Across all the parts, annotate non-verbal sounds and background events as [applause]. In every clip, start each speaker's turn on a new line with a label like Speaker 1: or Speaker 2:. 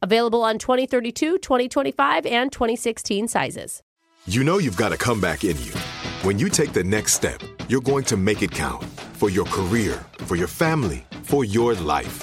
Speaker 1: Available on 2032, 2025, and 2016 sizes.
Speaker 2: You know you've got a comeback in you. When you take the next step, you're going to make it count for your career, for your family, for your life.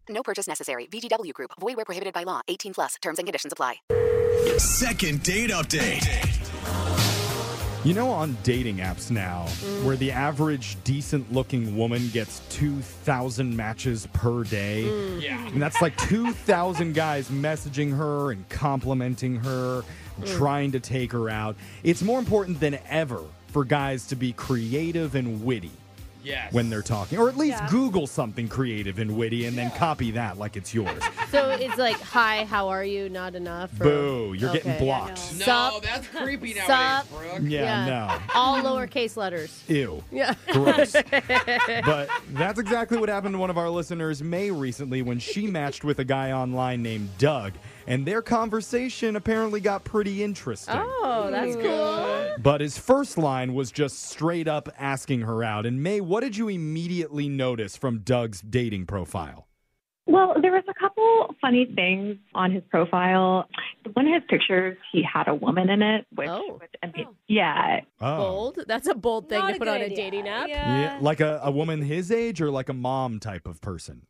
Speaker 3: No purchase necessary. VGW Group. Void where prohibited by law. 18 plus. Terms and conditions apply.
Speaker 4: Second date update.
Speaker 5: You know, on dating apps now, where the average decent looking woman gets 2,000 matches per day.
Speaker 6: Yeah.
Speaker 5: And that's like 2,000 guys messaging her and complimenting her, trying to take her out. It's more important than ever for guys to be creative and witty
Speaker 6: Yes.
Speaker 5: when they're talking, or at least Google something creative and witty and then copy that like it's yours.
Speaker 1: So it's like, hi, how are you? Not enough. or-
Speaker 5: Boo, you're
Speaker 1: Okay,
Speaker 5: getting
Speaker 1: I know.
Speaker 5: blocked.
Speaker 6: No,
Speaker 1: Sup? [laughs]
Speaker 6: that's creepy
Speaker 1: Sup?
Speaker 6: nowadays, Brooke.
Speaker 5: Yeah, no.
Speaker 1: All lowercase
Speaker 5: [laughs]
Speaker 1: letters.
Speaker 5: Ew.
Speaker 1: Yeah. [laughs]
Speaker 5: Gross. but that's exactly what happened to one of our listeners, May, recently when she matched with a guy online named Doug. And their conversation apparently got pretty interesting.
Speaker 1: Oh, that's cool.
Speaker 5: But his first line was just straight up asking her out. And May, what did you immediately notice from Doug's dating profile?
Speaker 7: Well, there was a couple funny things on his profile. One of his pictures, he had a woman in it, which
Speaker 1: Oh.
Speaker 7: was, I mean, yeah,
Speaker 5: Oh.
Speaker 1: Bold. That's a bold thing to put on a dating app.
Speaker 5: Yeah, like a, a woman his age or like a mom type of person?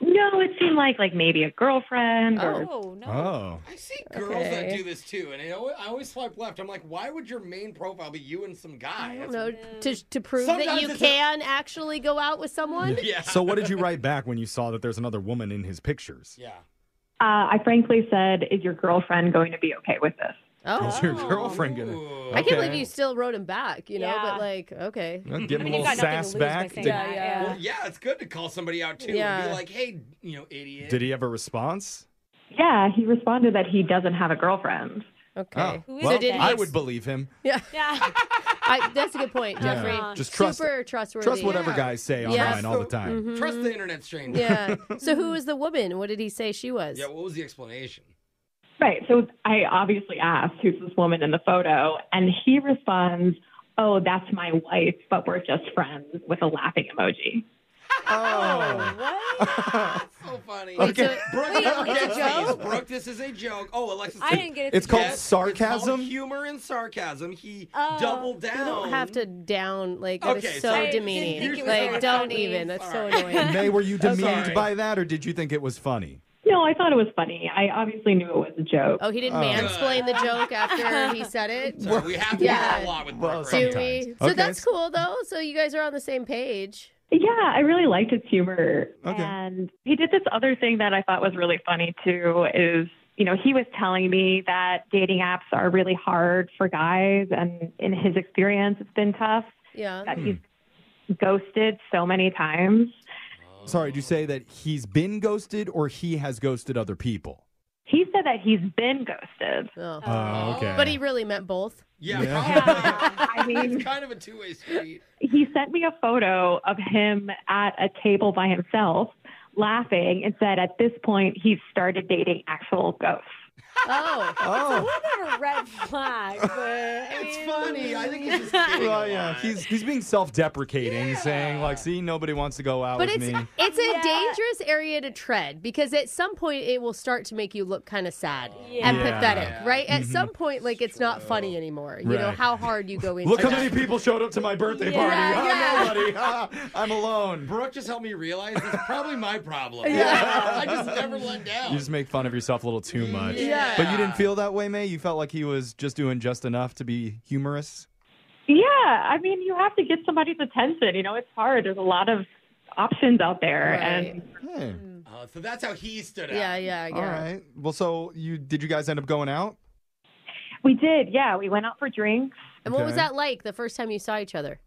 Speaker 7: no, it seemed like like maybe a girlfriend or uh,
Speaker 1: Oh.
Speaker 5: Oh.
Speaker 6: I see girls that do this too, and I always, I always swipe left. I'm like, why would your main profile be you and some guy? That's-
Speaker 1: No, to, to prove that
Speaker 6: Sometimes
Speaker 1: you
Speaker 6: it's a-
Speaker 1: can actually go out with someone.
Speaker 6: [laughs]
Speaker 5: [laughs]
Speaker 6: Yeah.
Speaker 5: So, what did you write back when you saw that there's another woman in his pictures?
Speaker 6: yeah.
Speaker 7: uh, I frankly said, is your girlfriend going to be okay with this?
Speaker 5: Is
Speaker 1: Oh,
Speaker 5: your girlfriend going to.
Speaker 6: Ooh.
Speaker 1: I can't
Speaker 5: Okay.
Speaker 1: believe you still wrote him back. You know,
Speaker 8: Yeah.
Speaker 1: but like, okay.
Speaker 8: [laughs]
Speaker 5: Well, give him a
Speaker 8: mean, you've got
Speaker 5: little
Speaker 8: nothing to lose
Speaker 5: sass
Speaker 8: by
Speaker 5: back.
Speaker 8: saying
Speaker 5: Did,
Speaker 8: that, yeah.
Speaker 6: Well, yeah, it's good to call somebody out too and
Speaker 1: Yeah.
Speaker 6: be like, hey, you know, idiot.
Speaker 5: did he have a response?
Speaker 7: Yeah, he responded that he doesn't have a girlfriend.
Speaker 1: Okay.
Speaker 5: Oh,
Speaker 8: Who is
Speaker 5: well,
Speaker 8: it that
Speaker 5: I
Speaker 8: makes-
Speaker 5: would believe him.
Speaker 1: Yeah,
Speaker 8: Yeah.
Speaker 1: I, that's a good point,
Speaker 5: Yeah.
Speaker 1: Jeffrey.
Speaker 5: Just trust-
Speaker 1: Super trustworthy.
Speaker 5: Trust whatever
Speaker 6: Yeah.
Speaker 5: guys say online
Speaker 1: Yeah.
Speaker 5: all the time.
Speaker 8: Mm-hmm.
Speaker 6: Trust the internet stranger.
Speaker 1: Mm-hmm. Yeah. So who was the woman? What did he say she was?
Speaker 6: [laughs] Yeah, what was the explanation?
Speaker 7: Right. So I obviously asked, who's this woman in the photo? And he responds, oh, that's my wife, but we're just friends with a laughing emoji.
Speaker 5: Oh.
Speaker 8: Oh,
Speaker 6: So funny.
Speaker 1: Wait, so-
Speaker 6: [laughs] Brooke,
Speaker 1: wait,
Speaker 6: don't
Speaker 1: it's a
Speaker 6: get
Speaker 1: joke?
Speaker 6: these. Brooke, this is a joke. Oh, Alexis.
Speaker 8: I didn't get it.
Speaker 5: It's called
Speaker 6: Yes, it's called
Speaker 5: sarcasm.
Speaker 6: humor and sarcasm. He doubled down.
Speaker 1: Oh, You don't have to down like that is
Speaker 6: Okay,
Speaker 1: so
Speaker 6: sorry. I
Speaker 1: demeaning.
Speaker 6: didn't think it was
Speaker 1: like
Speaker 6: very
Speaker 1: don't
Speaker 6: funny.
Speaker 1: even. That's
Speaker 6: Sorry.
Speaker 1: so annoying.
Speaker 6: [laughs]
Speaker 5: May,
Speaker 8: [laughs]
Speaker 5: were you demeaned
Speaker 6: sorry.
Speaker 5: by that, or did you think it was funny?
Speaker 7: No, I thought it was funny. I obviously knew it was a joke.
Speaker 1: Oh, he didn't mansplain the
Speaker 6: [laughs]
Speaker 1: joke after he said it.
Speaker 6: Sorry, we have to
Speaker 1: Yeah.
Speaker 6: do that a lot with Brooke.
Speaker 5: Well,
Speaker 6: right
Speaker 1: Do
Speaker 6: now.
Speaker 5: Sometimes.
Speaker 1: we? So
Speaker 5: Okay.
Speaker 1: that's cool though. So you guys are on the same page.
Speaker 7: Yeah, I really liked its humor.
Speaker 5: Okay.
Speaker 7: And he did this other thing that I thought was really funny too is, you know, he was telling me that dating apps are really hard for guys and in his experience it's been tough
Speaker 1: Yeah.
Speaker 7: that he's ghosted so many times.
Speaker 5: Sorry, did you say that he's been ghosted or he has ghosted other people?
Speaker 7: He's he said that he's been ghosted.
Speaker 1: Oh.
Speaker 5: Oh, okay.
Speaker 8: But he really meant both.
Speaker 6: Yeah,
Speaker 5: Yeah.
Speaker 6: probably.
Speaker 7: I
Speaker 6: [laughs]
Speaker 7: mean,
Speaker 6: it's kind of a two-way street.
Speaker 7: he sent me a photo of him at a table by himself laughing and said at this point he's started dating actual ghosts.
Speaker 8: Oh.
Speaker 5: oh.
Speaker 8: Not a red flag, but I
Speaker 6: It's
Speaker 8: mean,
Speaker 6: funny. I think he's just kidding. a
Speaker 5: Well, yeah,
Speaker 6: lot.
Speaker 5: he's he's being self-deprecating, saying like, "See, nobody wants to go out
Speaker 1: But
Speaker 5: with
Speaker 1: it's
Speaker 5: me."
Speaker 1: it's a
Speaker 8: Yeah.
Speaker 1: dangerous area to tread because at some point it will start to make you look kind of sad and
Speaker 5: Yeah. Mm-hmm.
Speaker 1: pathetic,
Speaker 6: Yeah.
Speaker 1: right? At some point, like it's not funny anymore. You know
Speaker 5: Right.
Speaker 1: how hard you
Speaker 5: [laughs]
Speaker 1: go into.
Speaker 5: Look how
Speaker 1: that.
Speaker 5: many people showed up to my birthday
Speaker 8: Yeah,
Speaker 5: party.
Speaker 8: yeah.
Speaker 5: Ah, nobody. [laughs] Ah, I'm alone.
Speaker 6: Brooke just helped me realize it's probably my problem.
Speaker 1: Oh,
Speaker 6: [laughs] I just never let down.
Speaker 5: You just make fun of yourself a little too much.
Speaker 6: Yeah.
Speaker 5: [laughs] But you didn't feel that way, May. You felt like he was just doing just enough to be humorous.
Speaker 7: Yeah, I mean, you have to get somebody's attention. You know, it's hard. There's a lot of options out there, and
Speaker 5: Hey,
Speaker 1: Mm,
Speaker 6: Uh, so that's how he stood
Speaker 1: [laughs]
Speaker 6: out.
Speaker 1: Yeah, yeah, yeah.
Speaker 5: all right. Well, so you did you guys end up going out?
Speaker 7: we did. Yeah, we went out for drinks.
Speaker 1: And what was
Speaker 5: Okay.
Speaker 1: that like the first time you saw each other?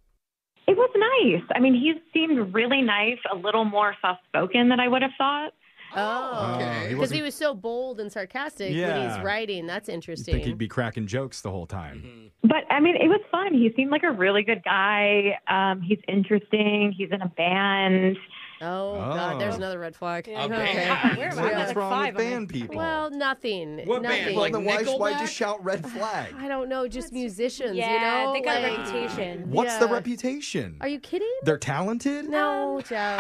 Speaker 7: It was nice. I mean, he seemed really nice, a little more soft spoken than I would have thought.
Speaker 1: Oh,
Speaker 5: Oh, he
Speaker 1: because
Speaker 5: wasn't.
Speaker 1: he was so bold and sarcastic when he's
Speaker 5: Yeah.
Speaker 1: writing. That's
Speaker 5: you
Speaker 1: interesting.
Speaker 5: think he'd be cracking jokes the
Speaker 1: Mm-hmm.
Speaker 5: whole time?
Speaker 7: But I mean, it was fun. He seemed like a really good guy. Um, he's interesting. He's in a band.
Speaker 1: oh, God, there's
Speaker 5: Oh.
Speaker 1: another red flag.
Speaker 8: Yeah,
Speaker 6: Okay.
Speaker 8: no. [laughs] Where am I?
Speaker 5: What-
Speaker 8: I'm
Speaker 5: What's
Speaker 8: like
Speaker 5: wrong
Speaker 8: five,
Speaker 5: with
Speaker 8: I mean.
Speaker 5: band people?
Speaker 1: Well, nothing.
Speaker 6: What band?
Speaker 1: nothing.
Speaker 6: Like
Speaker 5: then why, why just
Speaker 6: Nickelback?
Speaker 5: shout red flag?
Speaker 1: [laughs] I don't know, just musicians,
Speaker 8: Yeah,
Speaker 1: you know?
Speaker 8: they got a
Speaker 1: Like-
Speaker 8: reputation.
Speaker 5: What's the
Speaker 1: Yeah.
Speaker 5: reputation?
Speaker 1: Are you kidding?
Speaker 5: They're talented.
Speaker 1: No, Joe.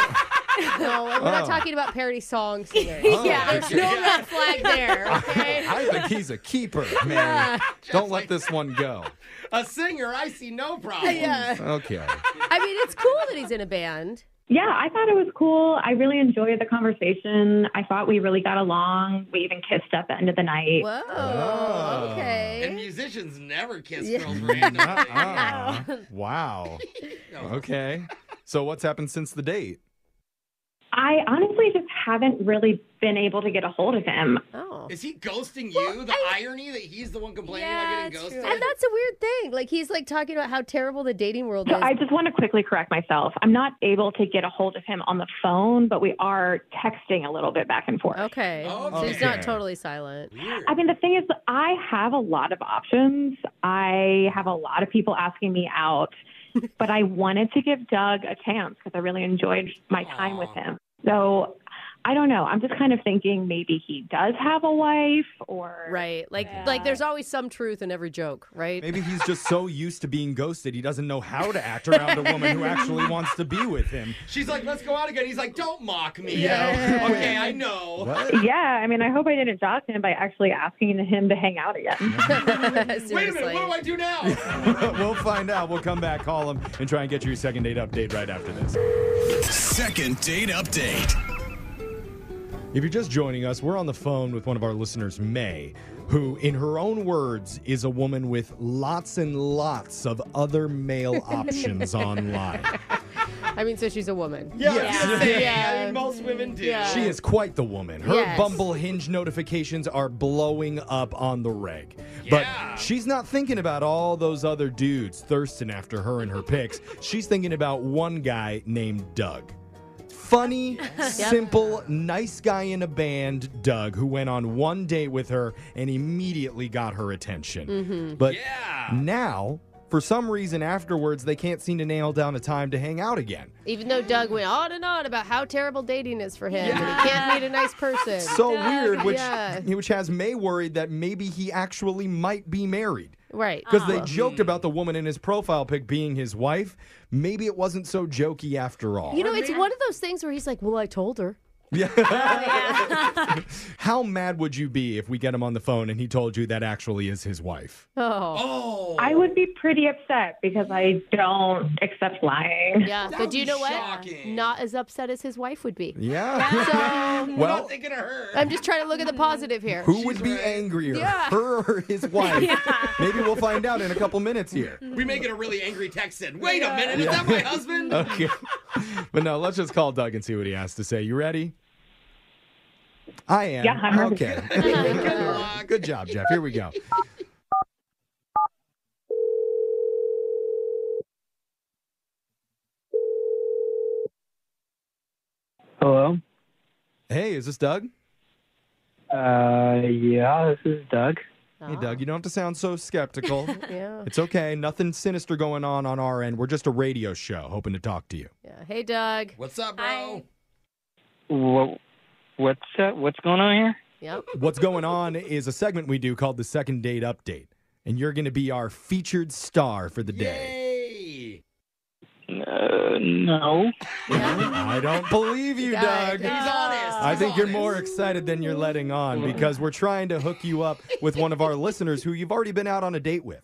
Speaker 1: no, and we're not
Speaker 5: Oh.
Speaker 1: talking about parody song [laughs] singers.
Speaker 5: Yeah,
Speaker 1: There's no red flag there, [laughs] okay?
Speaker 5: I think he's
Speaker 1: [laughs]
Speaker 5: a keeper, Mary. Don't let this one go.
Speaker 6: A singer, I see no problem.
Speaker 1: Yeah.
Speaker 5: [laughs] Okay.
Speaker 1: I mean, it's cool that he's in a band.
Speaker 7: Yeah, I thought it was cool. I really enjoyed the conversation. I thought we really got along. We even kissed at the end of the night.
Speaker 1: Whoa.
Speaker 5: Oh.
Speaker 6: And
Speaker 1: Okay.
Speaker 6: musicians never kiss
Speaker 1: Yeah.
Speaker 6: girls [laughs] randomly.
Speaker 5: [laughs] Ah, wow. Okay. So what's happened since the date?
Speaker 7: I honestly just haven't really been able to get a hold of him.
Speaker 1: Oh.
Speaker 6: Is he ghosting you? The irony that he's the one complaining
Speaker 8: Yeah,
Speaker 6: about
Speaker 8: it's
Speaker 6: getting
Speaker 8: true.
Speaker 6: ghosted.
Speaker 1: And that's a weird thing. Like he's like talking about how terrible the dating world is.
Speaker 7: So I just want to quickly correct myself. I'm not able to get a hold of him on the phone, but we are texting a little bit back and forth.
Speaker 1: okay. So he's
Speaker 6: Okay.
Speaker 1: not totally silent.
Speaker 6: Weird.
Speaker 7: I mean, the thing is, I have a lot of options. I have a lot of people asking me
Speaker 1: [laughs]
Speaker 7: out, but I wanted to give Doug a chance because I really enjoyed my time with him. So I don't know. I'm just kind of thinking maybe he does have a wife or.
Speaker 1: Right. Like like there's always some truth in every joke, right?
Speaker 5: Maybe he's just so used to being ghosted, he doesn't know how to act around a woman who actually wants to be with him.
Speaker 6: She's like, let's go out again. He's like, don't mock me.
Speaker 5: Yeah.
Speaker 6: okay, I know.
Speaker 5: What?
Speaker 7: Yeah, I mean, I hope I didn't jock him by actually asking him to hang out again.
Speaker 6: Wait a minute,
Speaker 1: Seriously.
Speaker 6: what do I
Speaker 5: [laughs]
Speaker 6: do now?
Speaker 5: we'll find out. We'll come back, call him, and try and get you a second date update right after this.
Speaker 4: Second date update.
Speaker 5: If you're just joining us, we're on the phone with one of our listeners, May, who, in her own words, is a woman with lots and lots of other
Speaker 6: [laughs]
Speaker 5: male options online.
Speaker 1: I mean, so she's a woman.
Speaker 6: yeah, I was gonna
Speaker 5: Yeah.
Speaker 6: say,
Speaker 1: Yeah.
Speaker 6: I mean, most women do.
Speaker 1: Yeah.
Speaker 5: She is quite the woman. Her
Speaker 1: Yes.
Speaker 5: Bumble Hinge notifications are blowing up on the reg.
Speaker 6: Yeah.
Speaker 5: But she's not thinking about all those other dudes thirsting after her and her pics. She's thinking about one guy named Doug. Funny, simple, nice guy in a band, Doug, who went on one date with her and immediately got her attention. But
Speaker 6: Yeah.
Speaker 5: now, for some reason afterwards, they can't seem to nail down a time to hang out again.
Speaker 1: Even though Doug went on and on about how terrible dating is for him, and he can't meet a nice person.
Speaker 5: so weird, which
Speaker 1: Yeah.
Speaker 5: which has May worried that maybe he actually might be married.
Speaker 1: right. Uh-huh.
Speaker 5: Because they joked about the woman in his profile pic being his wife. Maybe it wasn't so jokey after all.
Speaker 1: You know, it's one of those things where he's like, "Well, I told her."
Speaker 5: How mad would you be if we get him on the phone and he told you that actually is
Speaker 1: [laughs]
Speaker 5: his wife?
Speaker 1: Oh,
Speaker 6: Oh.
Speaker 7: I would be pretty upset because I don't accept lying.
Speaker 1: yeah.
Speaker 6: That
Speaker 1: but
Speaker 6: would
Speaker 1: do you
Speaker 6: be
Speaker 1: know what?
Speaker 6: shocking.
Speaker 1: Not as upset as his wife would be.
Speaker 5: Yeah.
Speaker 1: So
Speaker 5: [laughs]
Speaker 6: I'm
Speaker 5: well,
Speaker 6: not thinking of her.
Speaker 1: I'm just trying to look at the positive here.
Speaker 5: who would be
Speaker 6: right.
Speaker 5: angrier,
Speaker 1: Yeah.
Speaker 5: her or
Speaker 1: [laughs]
Speaker 5: his wife? Maybe we'll find out in a couple minutes here.
Speaker 6: we may get a really angry text said, wait a minute, is that my husband?
Speaker 5: Okay. but no, let's just call Doug and see what he has to say. You ready? I am.
Speaker 7: Yeah, I'm ready.
Speaker 5: okay.
Speaker 6: Good luck.
Speaker 5: Good job, Jeff. Here we go.
Speaker 9: Hello.
Speaker 5: Hey, is this Doug?
Speaker 7: Uh, yeah, this is Doug.
Speaker 5: Hey, Doug, you don't have to sound so
Speaker 7: [laughs]
Speaker 5: skeptical.
Speaker 1: Yeah.
Speaker 5: It's okay. Nothing sinister going on on our end. We're just a radio show hoping to talk to you.
Speaker 1: Yeah. Hey, Doug.
Speaker 6: What's up, bro?
Speaker 7: What, what's uh, what's going on here?
Speaker 1: Yep.
Speaker 5: What's going on is a segment we do called the Second Date Update, and you're going to be our featured star for the day.
Speaker 7: Uh, no.
Speaker 5: I don't believe you, Doug.
Speaker 6: He's honest.
Speaker 5: I think you're more excited than you're letting on because we're trying to hook you up with one of our listeners who you've already been out on a date with.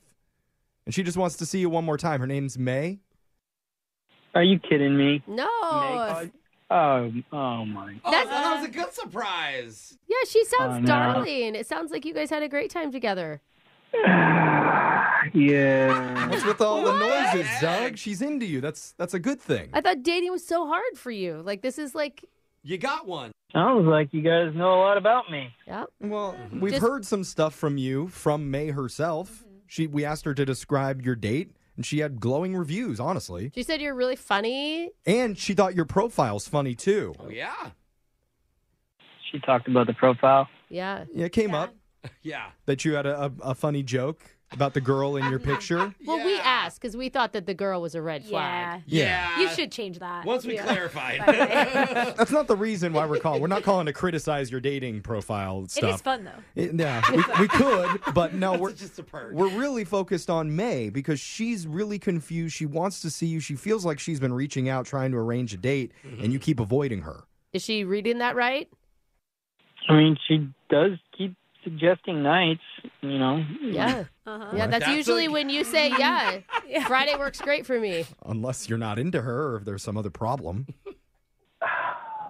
Speaker 5: And she just wants to see you one more time. Her name's May.
Speaker 7: Are you kidding me?
Speaker 1: No.
Speaker 7: Oh, oh my.
Speaker 6: Oh,
Speaker 1: That's-
Speaker 6: that was a good surprise.
Speaker 1: Yeah, she sounds
Speaker 7: Oh, no.
Speaker 1: darling. It sounds like you guys had a great time together.
Speaker 7: [sighs] Yeah.
Speaker 5: What's with all the noises, Doug? She's into you. That's that's a good thing.
Speaker 1: I thought dating was so hard for you. Like this is like,
Speaker 6: You got one.
Speaker 7: Sounds like you guys know a lot about me.
Speaker 1: yep.
Speaker 5: Well, we've
Speaker 1: Just-
Speaker 5: heard some stuff from you from May herself. She we asked her to describe your date and she had glowing reviews, honestly.
Speaker 1: She said you're really funny.
Speaker 5: And she thought your profile's funny too.
Speaker 6: Oh, yeah.
Speaker 7: She talked about the profile.
Speaker 1: Yeah.
Speaker 5: Yeah, it came up
Speaker 6: Yeah.
Speaker 5: that you had a, a, a funny joke about the girl in your picture.
Speaker 1: Well, we asked because we thought that the girl was a red flag.
Speaker 10: Yeah.
Speaker 5: Yeah. [laughs]
Speaker 10: You should change that.
Speaker 6: Once we
Speaker 10: Yeah.
Speaker 6: clarified. [laughs]
Speaker 5: That's not the reason why we're calling. We're not calling to criticize your dating profile
Speaker 10: It
Speaker 5: stuff.
Speaker 10: is fun though.
Speaker 5: It- yeah, we, we could, but no, we're
Speaker 6: That's just a perk.
Speaker 5: we're really focused on May because she's really confused. She wants to see you. She feels like she's been reaching out trying to arrange a date, and
Speaker 6: Mm-hmm.
Speaker 5: you keep avoiding her.
Speaker 1: Is she reading that right?
Speaker 7: I mean, she does keep suggesting nights. You know.
Speaker 1: Yeah.
Speaker 10: Uh-huh.
Speaker 1: Yeah, that's,
Speaker 6: That's
Speaker 1: usually
Speaker 6: like-
Speaker 1: when you say,
Speaker 10: [laughs]
Speaker 1: yeah, Friday works great for me.
Speaker 5: Unless you're not into her, or if there's some other problem.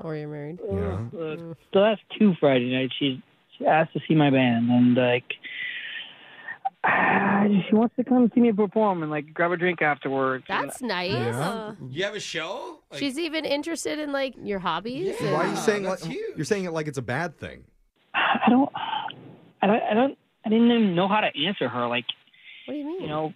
Speaker 1: Or you're married.
Speaker 5: Yeah.
Speaker 7: The, the last two Friday nights, she she asked to see my band, and like, [sighs] ah, she wants to come see me perform and like grab a drink afterwards. And
Speaker 1: That's nice.
Speaker 10: Uh-huh.
Speaker 5: Yeah.
Speaker 6: you have a show? Like,
Speaker 1: She's even interested in like your hobbies.
Speaker 6: Yeah.
Speaker 5: Why are you
Speaker 6: Yeah,
Speaker 5: saying like,
Speaker 6: that's huge.
Speaker 5: you're saying it like it's a bad thing?
Speaker 7: I don't, I don't, I don't, I didn't even know how to answer her. Like,
Speaker 1: What do you mean?
Speaker 7: you know,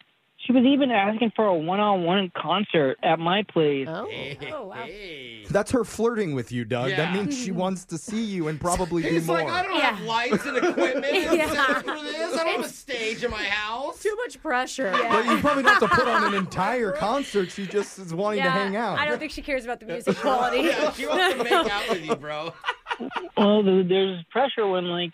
Speaker 7: she was even asking for a one-on-one concert at my place.
Speaker 5: [laughs]
Speaker 1: oh.
Speaker 10: Oh, wow.
Speaker 6: hey.
Speaker 5: That's her flirting with you, Doug. That
Speaker 6: Yeah.
Speaker 5: means she wants to see you and probably do
Speaker 6: He's
Speaker 5: more.
Speaker 6: like, I don't have
Speaker 10: Yeah.
Speaker 6: lights
Speaker 1: [laughs]
Speaker 6: and equipment and
Speaker 10: Yeah.
Speaker 6: set for this. I don't have a stage in my house.
Speaker 10: Too much pressure.
Speaker 5: But you probably don't have to put on an
Speaker 6: [laughs]
Speaker 5: entire concert. She just is wanting to hang out.
Speaker 10: I don't think she cares about
Speaker 5: [laughs]
Speaker 10: the music quality.
Speaker 6: Yeah, [laughs] she wants to make out with you, bro.
Speaker 7: Well, th- Oh, there's pressure when like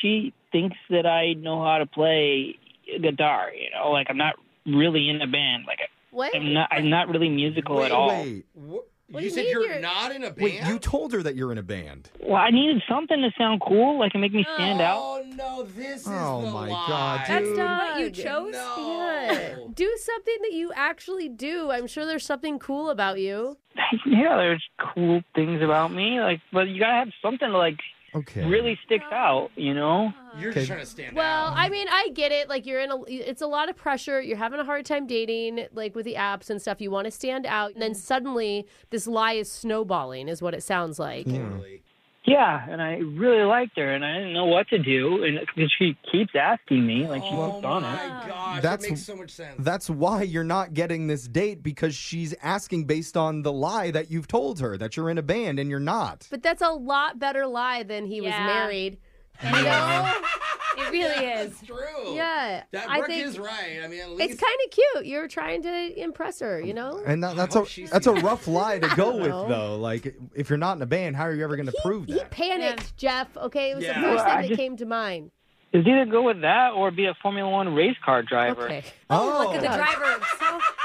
Speaker 7: she thinks that I know how to play guitar. You know, like I'm not really in a band. Like
Speaker 1: [laughs] What?
Speaker 7: I'm not, I'm not really musical
Speaker 6: Wait,
Speaker 7: at all.
Speaker 5: Wait,
Speaker 6: Wh-
Speaker 1: What do
Speaker 6: you
Speaker 1: you
Speaker 6: said
Speaker 1: mean
Speaker 6: you're
Speaker 1: you're-
Speaker 6: not in a band?
Speaker 5: wait, you told her that you're in a band.
Speaker 7: Well, I needed something to sound cool, like and make me stand out.
Speaker 6: Oh no, this is
Speaker 5: Oh,
Speaker 6: the
Speaker 5: my
Speaker 6: lie.
Speaker 5: God,
Speaker 10: That's
Speaker 5: Dude.
Speaker 10: not what you
Speaker 1: Doug.
Speaker 10: chose.
Speaker 1: Yeah.
Speaker 6: No.
Speaker 1: Do something that you actually do. I'm sure there's something cool about you.
Speaker 7: [laughs] yeah, there's cool things about me, like, but you gotta have something to like
Speaker 5: Okay.
Speaker 7: really sticks out. You know?
Speaker 6: You're
Speaker 5: Okay.
Speaker 6: just trying to stand
Speaker 1: Well,
Speaker 6: out.
Speaker 1: I mean, I get it. Like you're in a it's a lot of pressure. You're having a hard time dating like with the apps and stuff. You want to stand out. And then suddenly this lie is snowballing is what it sounds like.
Speaker 6: Totally.
Speaker 7: Yeah, and I really liked her, and I didn't know what to do, and 'cause she keeps asking me, like she
Speaker 6: Oh
Speaker 7: keeps on it.
Speaker 6: my gosh, that
Speaker 5: That's-
Speaker 6: makes so much sense.
Speaker 5: That's why you're not getting this date because she's asking based on the lie that you've told her that you're in a band and you're not.
Speaker 1: But that's a lot better lie than he was
Speaker 10: Yeah.
Speaker 1: married.
Speaker 10: It really is.
Speaker 6: That's true.
Speaker 1: Yeah.
Speaker 6: That
Speaker 1: I
Speaker 6: Brooke
Speaker 1: think
Speaker 6: is right. I mean, at least
Speaker 1: it's kind of cute. You're trying to impress her, you know?
Speaker 5: And that, that's
Speaker 6: hope
Speaker 5: a
Speaker 6: she
Speaker 5: that's a
Speaker 6: sees
Speaker 5: rough lie to go with
Speaker 1: know.
Speaker 5: though. Like if you're not in a band, how are you ever going to prove
Speaker 1: He
Speaker 5: that?
Speaker 1: panicked, Jeff. Okay, it was
Speaker 6: Yeah.
Speaker 1: the first
Speaker 7: Well,
Speaker 1: thing
Speaker 7: I
Speaker 1: that
Speaker 7: just-
Speaker 1: came to mind.
Speaker 7: Is either go with that or be a Formula One race car driver.
Speaker 1: Okay.
Speaker 5: oh,
Speaker 10: Look at the driver. himself.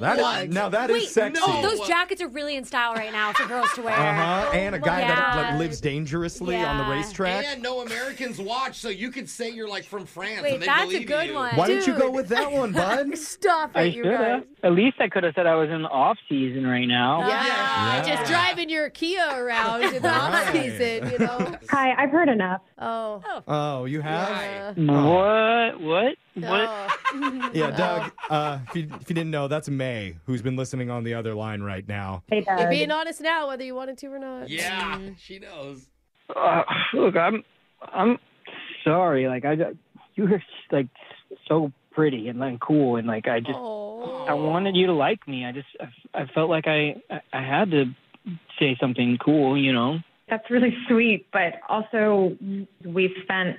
Speaker 5: that is, now that is
Speaker 10: Wait,
Speaker 5: sexy.
Speaker 10: oh, those jackets are really in style right now for girls to wear.
Speaker 5: uh-huh. And a guy that
Speaker 10: Yeah.
Speaker 5: like, lives dangerously on the
Speaker 10: Yeah.
Speaker 5: racetrack.
Speaker 6: and no Americans watch, so you could say you're like from France.
Speaker 10: Wait,
Speaker 6: and they
Speaker 10: that's a
Speaker 6: believe
Speaker 10: good
Speaker 6: you.
Speaker 10: one.
Speaker 5: why didn't you go
Speaker 1: Dude.
Speaker 5: with that
Speaker 10: [laughs]
Speaker 5: one,
Speaker 1: [laughs]
Speaker 5: bud?
Speaker 1: Stop it,
Speaker 7: I
Speaker 1: you
Speaker 7: should have.
Speaker 1: guys.
Speaker 7: At least I could have said I was in the off season right now.
Speaker 1: Yeah.
Speaker 5: Yeah.
Speaker 1: Just driving your Kia around in the off
Speaker 5: Ah. Right.
Speaker 1: season, you know?
Speaker 11: Hi, I've heard enough.
Speaker 1: Oh.
Speaker 5: Oh, you have?
Speaker 6: Right.
Speaker 7: What? What? What?
Speaker 1: oh.
Speaker 5: Yeah, Doug, uh, if, you, if you didn't know, that's May, who's been listening on the other line right now.
Speaker 11: Hey, Doug.
Speaker 1: You're being honest now, whether you wanted to or not.
Speaker 6: Yeah, she knows.
Speaker 7: Uh, look, I'm, I'm sorry. Like I, you were like so pretty and like cool, and like I just,
Speaker 1: Oh.
Speaker 7: I wanted you to like me. I just, I, I felt like I, I had to say something cool, you know. That's really sweet, but also we spent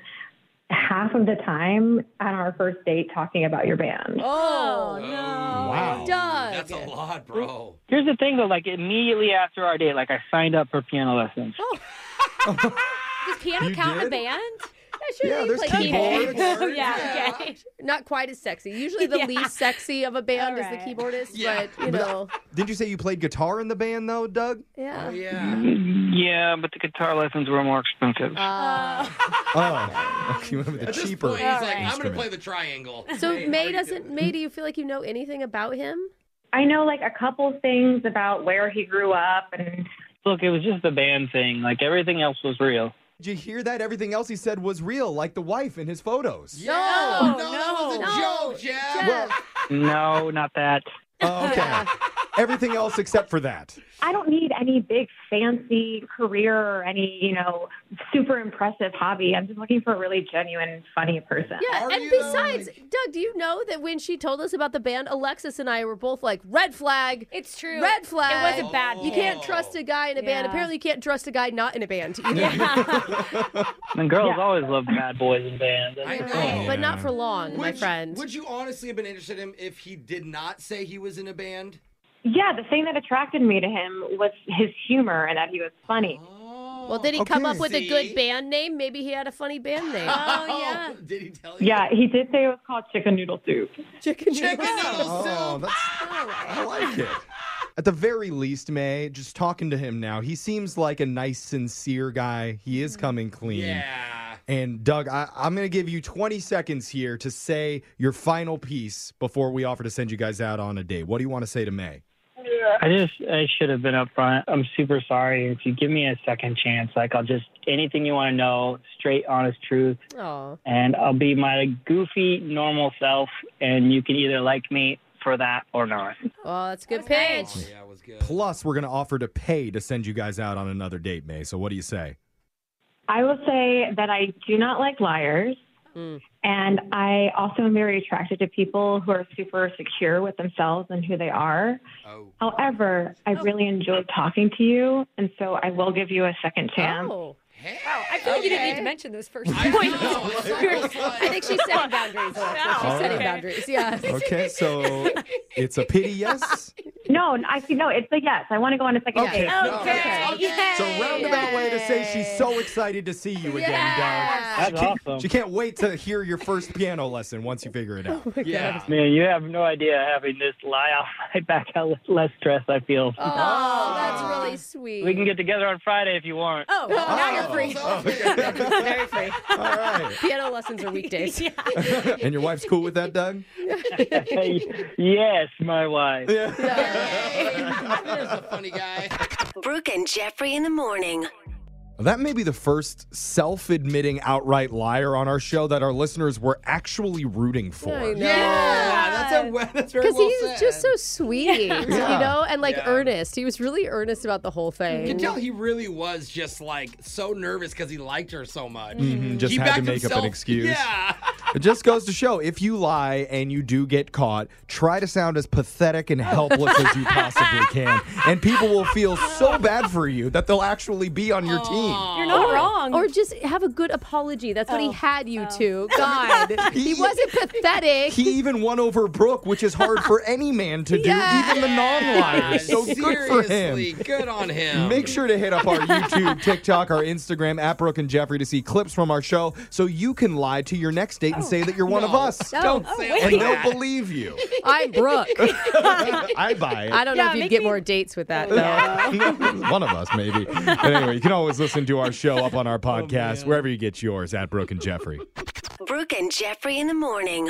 Speaker 7: half of the time on our first date talking about your band.
Speaker 1: Oh,
Speaker 9: no.
Speaker 1: Wow.
Speaker 6: That's a lot, bro.
Speaker 9: Here's the thing, though. Like immediately after our date, like I signed up for piano lessons.
Speaker 7: Oh.
Speaker 8: Does piano
Speaker 9: You
Speaker 8: count in a
Speaker 9: did?
Speaker 8: band?
Speaker 1: sure, Yeah, they there's play keyboards. keyboards. [laughs]
Speaker 8: Oh, yeah, okay.
Speaker 1: Not quite as sexy. Usually the
Speaker 8: Yeah.
Speaker 1: least sexy of a band is the keyboardist, but you
Speaker 5: But, uh,
Speaker 1: know.
Speaker 5: Didn't you say you played guitar in the band though, Doug?
Speaker 1: Yeah. Oh,
Speaker 9: Yeah, but the guitar lessons were more expensive.
Speaker 7: Uh.
Speaker 5: Oh, [laughs] okay, you went with the
Speaker 6: At this
Speaker 5: cheaper.
Speaker 6: point, he's like, I'm going to
Speaker 5: instrument.
Speaker 6: play the triangle.
Speaker 1: So
Speaker 6: Hey, how are
Speaker 1: May
Speaker 6: you
Speaker 1: doesn't May, do you feel like you know anything about him?
Speaker 7: I know like a couple things about where he grew up and
Speaker 9: Look, it was just the band thing. Like everything else was real.
Speaker 5: Did you hear that? Everything else he said was real, like the wife in his photos.
Speaker 1: No,
Speaker 6: no, that was a
Speaker 1: no.
Speaker 6: joke, Jeff.
Speaker 9: No, not that.
Speaker 5: [laughs] Oh, okay. Everything else except for [laughs] that.
Speaker 7: I don't need any big fancy career or any, you know, super impressive hobby. I'm just looking for a really genuine, funny person.
Speaker 1: Yeah, and besides, Doug, do you know that when she told us about the band, Alexis and I were both like, red flag.
Speaker 8: It's true.
Speaker 1: Red flag.
Speaker 8: It was a bad
Speaker 1: You can't trust a guy in a band.
Speaker 8: Yeah.
Speaker 1: Apparently, you can't trust a guy not in a band either.
Speaker 9: And girls always love bad boys and bands. That's the
Speaker 6: Oh,
Speaker 9: thing.
Speaker 1: But not for long, my friend.
Speaker 6: Would you honestly have been interested in him if he did not say he was in a band?
Speaker 7: Yeah, the thing that attracted me to him was his humor and that he was funny.
Speaker 1: Well, did he come
Speaker 7: Okay.
Speaker 1: up with a good band name? Maybe he had a funny band name.
Speaker 6: Oh, [laughs] yeah. Did he tell you?
Speaker 7: Yeah, he did say it was called chicken noodle soup.
Speaker 1: Chicken,
Speaker 6: Chicken noodle
Speaker 5: Oh,
Speaker 6: soup.
Speaker 5: that's, I like it. [laughs] At the very least, May, just talking to him now, he seems like a nice, sincere guy. He is coming clean.
Speaker 6: Yeah.
Speaker 5: And Doug, I, I'm going to give you 20 seconds here to say your final piece before we offer to send you guys out on a date. What do you want to say to May?
Speaker 9: I just I should have been upfront. I'm super sorry. If you give me a second chance, like I'll just anything you want to know, straight, honest truth,
Speaker 1: Oh.
Speaker 9: and I'll be my goofy, normal self. And you can either like me for that or not.
Speaker 1: Oh, that's a good pitch.
Speaker 5: Plus, we're going to offer to pay to send you guys out on another date, May. So what do you say?
Speaker 7: I will say that I do not like liars. And I also am very attracted to people who are super secure with themselves and who they are.
Speaker 6: Oh.
Speaker 7: However, I really enjoyed talking to you, and so I will give you a second chance.
Speaker 1: Oh.
Speaker 8: Wow, I feel like you didn't need to mention this first point. [laughs] I think she's
Speaker 1: [laughs]
Speaker 8: setting boundaries. Alexis.
Speaker 5: All
Speaker 8: She's setting
Speaker 5: right.
Speaker 8: boundaries, yeah.
Speaker 5: Okay, so it's a pity yes.
Speaker 7: No, I no, it's a yes. I want to go on a second
Speaker 5: Okay.
Speaker 7: date.
Speaker 5: Okay. It's a roundabout way to say she's so excited to see you again, Doug.
Speaker 9: That's
Speaker 5: she can't,
Speaker 9: awesome.
Speaker 5: She can't wait to hear your first piano lesson once you figure it out.
Speaker 6: yeah.
Speaker 9: Man, you have no idea having this lie off [laughs] my back how less stress I feel.
Speaker 1: Oh, that's really sweet.
Speaker 9: We can get together on Friday if you want.
Speaker 1: Oh, now you're free.
Speaker 6: Oh.
Speaker 1: Very free.
Speaker 5: All right.
Speaker 1: [laughs] Piano lessons are
Speaker 6: [laughs]
Speaker 1: weekdays.
Speaker 5: And your wife's cool with that, Doug?
Speaker 9: [laughs] yes, my wife.
Speaker 6: There's a funny guy.
Speaker 12: Brooke and Jeffrey in the morning.
Speaker 5: That may be the first self admitting outright liar on our show that our listeners were actually rooting for.
Speaker 6: Yeah, that's a well- that's very
Speaker 1: Because
Speaker 6: well
Speaker 1: he was just so sweet, you know, and like earnest. He was really earnest about the whole thing.
Speaker 6: You can tell he really was just like so nervous because he liked her so much.
Speaker 5: Mhm, just
Speaker 6: He
Speaker 5: had to
Speaker 6: backed
Speaker 5: make up
Speaker 6: himself-
Speaker 5: an excuse.
Speaker 6: Yeah.
Speaker 5: It just goes to show if you lie and you do get caught, try to sound as pathetic and helpless as you possibly can. And people will feel so bad for you that they'll actually be on your team.
Speaker 1: You're
Speaker 8: not
Speaker 7: Oh.
Speaker 1: or,
Speaker 8: wrong.
Speaker 1: Or just have a good apology. That's
Speaker 6: Oh.
Speaker 1: what he had you to. God.
Speaker 6: [laughs]
Speaker 1: he
Speaker 5: He-
Speaker 1: wasn't pathetic.
Speaker 5: He even won over Brooke, which is hard for any man to do,
Speaker 1: Yeah.
Speaker 5: even the non
Speaker 6: [laughs]
Speaker 5: liars. So good for
Speaker 6: Seriously,
Speaker 5: him.
Speaker 6: good on him.
Speaker 5: Make sure to hit up our YouTube, TikTok, our Instagram, at Brooke and Jeffrey to see clips from our show so you can lie to your next date and say that you're one of
Speaker 6: Oh, no.
Speaker 5: us.
Speaker 1: No.
Speaker 6: Don't
Speaker 1: Oh,
Speaker 6: say
Speaker 1: wait.
Speaker 5: And
Speaker 6: that.
Speaker 5: they'll believe
Speaker 6: [laughs]
Speaker 5: you.
Speaker 1: I'm Brooke.
Speaker 5: I buy it.
Speaker 1: I don't know if you'd get more dates with that, though.
Speaker 5: [laughs] One of us, maybe. But anyway, you can always listen to our show up on our podcast, wherever you get yours, at Brooke and Jeffrey.
Speaker 12: Brooke and Jeffrey in the morning.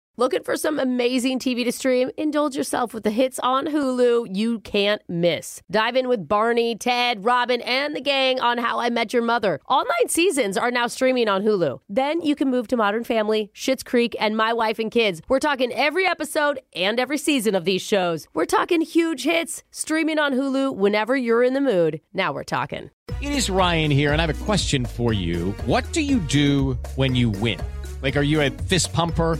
Speaker 1: Looking for some amazing TV to stream? Indulge yourself with the hits on Hulu you can't miss. Dive in with Barney, Ted, Robin, and the gang on How I Met Your Mother. All nine seasons are now streaming on Hulu. Then you can move to Modern Family, Schitt's Creek, and My Wife and Kids. We're talking every episode and every season of these shows. We're talking huge hits streaming on Hulu whenever you're in the mood. Now we're talking.
Speaker 7: It is Ryan here, and I have a question for you. What do you do when you win? Like, are you a fist pumper?